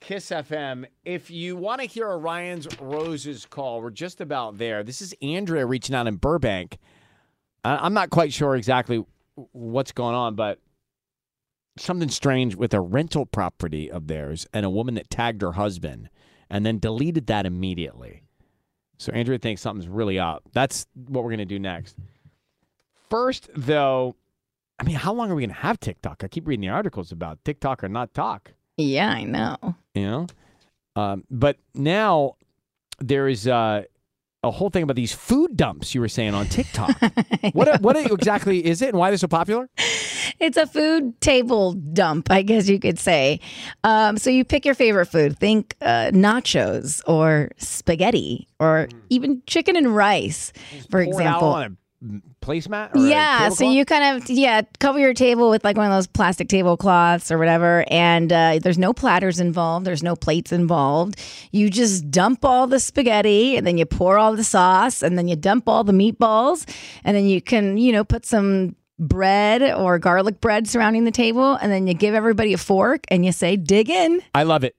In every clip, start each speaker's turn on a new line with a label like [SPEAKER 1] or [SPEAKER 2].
[SPEAKER 1] Kiss FM. If you want to hear Orion's Roses call, we're just about there. This is Andrea reaching out in Burbank. I- I'm not quite sure exactly what's going on, but something strange with a rental property of theirs and a woman that tagged her husband and then deleted that immediately. So Andrea thinks something's really up. That's what we're going to do next. First, though, I mean, how long are we going to have TikTok? I keep reading the articles about TikTok or not talk,
[SPEAKER 2] Yeah, I know.
[SPEAKER 1] you know? Um, but now there is uh, a whole thing about these food dumps you were saying on TikTok. what what exactly is it and why they're so popular?
[SPEAKER 2] It's a food table dump, I guess you could say. Um, so you pick your favorite food. Think uh, nachos or spaghetti or even chicken and rice, for
[SPEAKER 1] Mm. Pour it out
[SPEAKER 2] example.
[SPEAKER 1] on a placemat? or a
[SPEAKER 2] Yeah, so
[SPEAKER 1] tablecloth?
[SPEAKER 2] you kind of yeah cover your table with like one of those plastic tablecloths or whatever, and uh, there's no platters involved, there's no plates involved. You just dump all the spaghetti, and then you pour all the sauce, and then you dump all the meatballs, and then you can you know put some bread or garlic bread surrounding the table, and then you give everybody a fork and you say dig in.
[SPEAKER 1] I love it.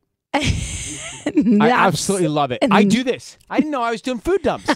[SPEAKER 1] I absolutely love it. I do this. I didn't know I was doing food dumps.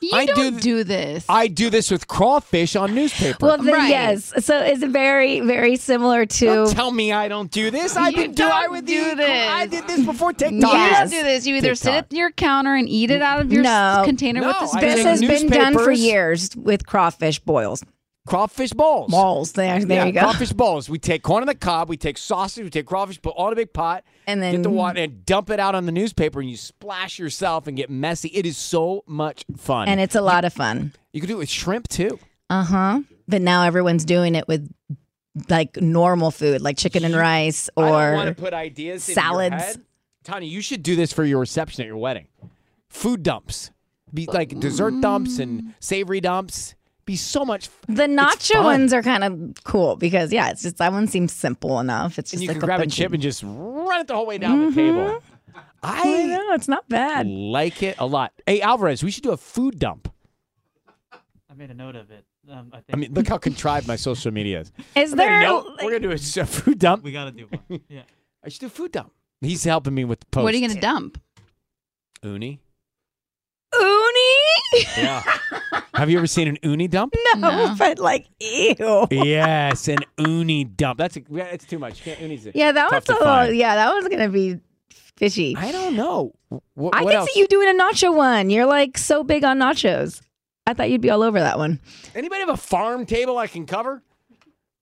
[SPEAKER 3] You
[SPEAKER 1] I do
[SPEAKER 3] don't do,
[SPEAKER 1] th-
[SPEAKER 3] this.
[SPEAKER 1] I do this with crawfish on newspaper.
[SPEAKER 2] Well, then,
[SPEAKER 3] Right.
[SPEAKER 2] yes. So it's very, very similar to.
[SPEAKER 1] Don't tell me I don't do this. I've
[SPEAKER 3] You
[SPEAKER 1] been doing
[SPEAKER 3] don't
[SPEAKER 1] it with
[SPEAKER 3] do
[SPEAKER 1] you.
[SPEAKER 3] this.
[SPEAKER 1] I did this before
[SPEAKER 3] you
[SPEAKER 1] TikTok.
[SPEAKER 2] Yes.
[SPEAKER 3] don't do this. You either sit
[SPEAKER 1] TikTok.
[SPEAKER 3] at your counter and eat it out of your s-
[SPEAKER 2] No.
[SPEAKER 3] container
[SPEAKER 1] No,
[SPEAKER 3] with the
[SPEAKER 1] I
[SPEAKER 3] spoon.
[SPEAKER 2] This
[SPEAKER 1] think
[SPEAKER 2] has been done for
[SPEAKER 1] newspapers-
[SPEAKER 2] years with crawfish boils.
[SPEAKER 1] Crawfish balls.
[SPEAKER 2] Balls. There, there
[SPEAKER 1] Yeah,
[SPEAKER 2] you go.
[SPEAKER 1] Crawfish balls. We take corn on the cob. We take sausage. We take crawfish. Put all in a big pot.
[SPEAKER 2] And
[SPEAKER 1] get the
[SPEAKER 2] then-
[SPEAKER 1] water and dump it out on the newspaper, and you splash yourself and get messy. It is so much fun.
[SPEAKER 2] And it's a lot of fun.
[SPEAKER 1] you can do it with shrimp too.
[SPEAKER 2] Uh huh. But now everyone's doing it with like normal food, like chicken and rice
[SPEAKER 1] I don't want
[SPEAKER 2] or
[SPEAKER 1] to put ideas in your
[SPEAKER 2] salads.
[SPEAKER 1] head. Tanya, you should do this for your reception at your wedding. Food dumps. Be like dessert dumps and savory dumps. Be so much f-
[SPEAKER 2] the nacho
[SPEAKER 1] fun.
[SPEAKER 2] ones are kind of cool because yeah, it's just that one seems simple enough. It's
[SPEAKER 1] and
[SPEAKER 2] just
[SPEAKER 1] you
[SPEAKER 2] like Mm-hmm.
[SPEAKER 1] can grab a
[SPEAKER 2] bunch
[SPEAKER 1] chip
[SPEAKER 2] of-
[SPEAKER 1] and just run it the whole way down the table.
[SPEAKER 2] I
[SPEAKER 1] I
[SPEAKER 2] know it's not bad.
[SPEAKER 1] like it a lot. Hey Alvarez, we should do a food dump.
[SPEAKER 4] I made a note of it. Um, I think
[SPEAKER 1] I mean, look how contrived my social media is.
[SPEAKER 2] Is
[SPEAKER 1] I made a
[SPEAKER 2] there?
[SPEAKER 1] note. we're gonna do a s- a food dump.
[SPEAKER 4] we got to do one. Yeah.
[SPEAKER 1] I should do a food dump. He's helping me with the post.
[SPEAKER 3] What are you going to dump?
[SPEAKER 1] gonna uni?
[SPEAKER 2] Uni?
[SPEAKER 1] Yeah. Have you ever seen an uni dump?
[SPEAKER 2] No, but like ew.
[SPEAKER 1] yes, an uni dump. That's a, yeah, it's too much. You can't- uni's a-
[SPEAKER 2] Yeah, that
[SPEAKER 1] tough
[SPEAKER 2] was
[SPEAKER 1] to
[SPEAKER 2] a little,
[SPEAKER 1] find.
[SPEAKER 2] yeah, that was gonna be fishy.
[SPEAKER 1] I don't know. Wh- What,
[SPEAKER 2] I
[SPEAKER 1] what
[SPEAKER 2] can
[SPEAKER 1] else?
[SPEAKER 2] see you doing a nacho one. You're like so big on nachos. I thought you'd be all over that one.
[SPEAKER 1] Anybody have a farm table I can cover?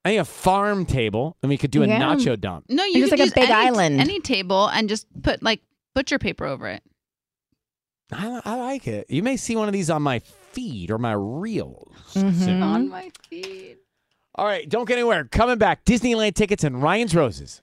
[SPEAKER 1] I need a farm table, and we could do a
[SPEAKER 2] Yeah.
[SPEAKER 1] nacho dump.
[SPEAKER 3] No, you
[SPEAKER 2] Just
[SPEAKER 3] could
[SPEAKER 2] like a
[SPEAKER 3] use
[SPEAKER 2] big
[SPEAKER 3] any,
[SPEAKER 2] island.
[SPEAKER 3] any table, and just put like butcher paper over it.
[SPEAKER 1] I, I like it. You may see one of these on my feed or my reels. soon.
[SPEAKER 3] On my feet.
[SPEAKER 1] All right, don't get anywhere. Coming back, Disneyland tickets and Ryan's Roses.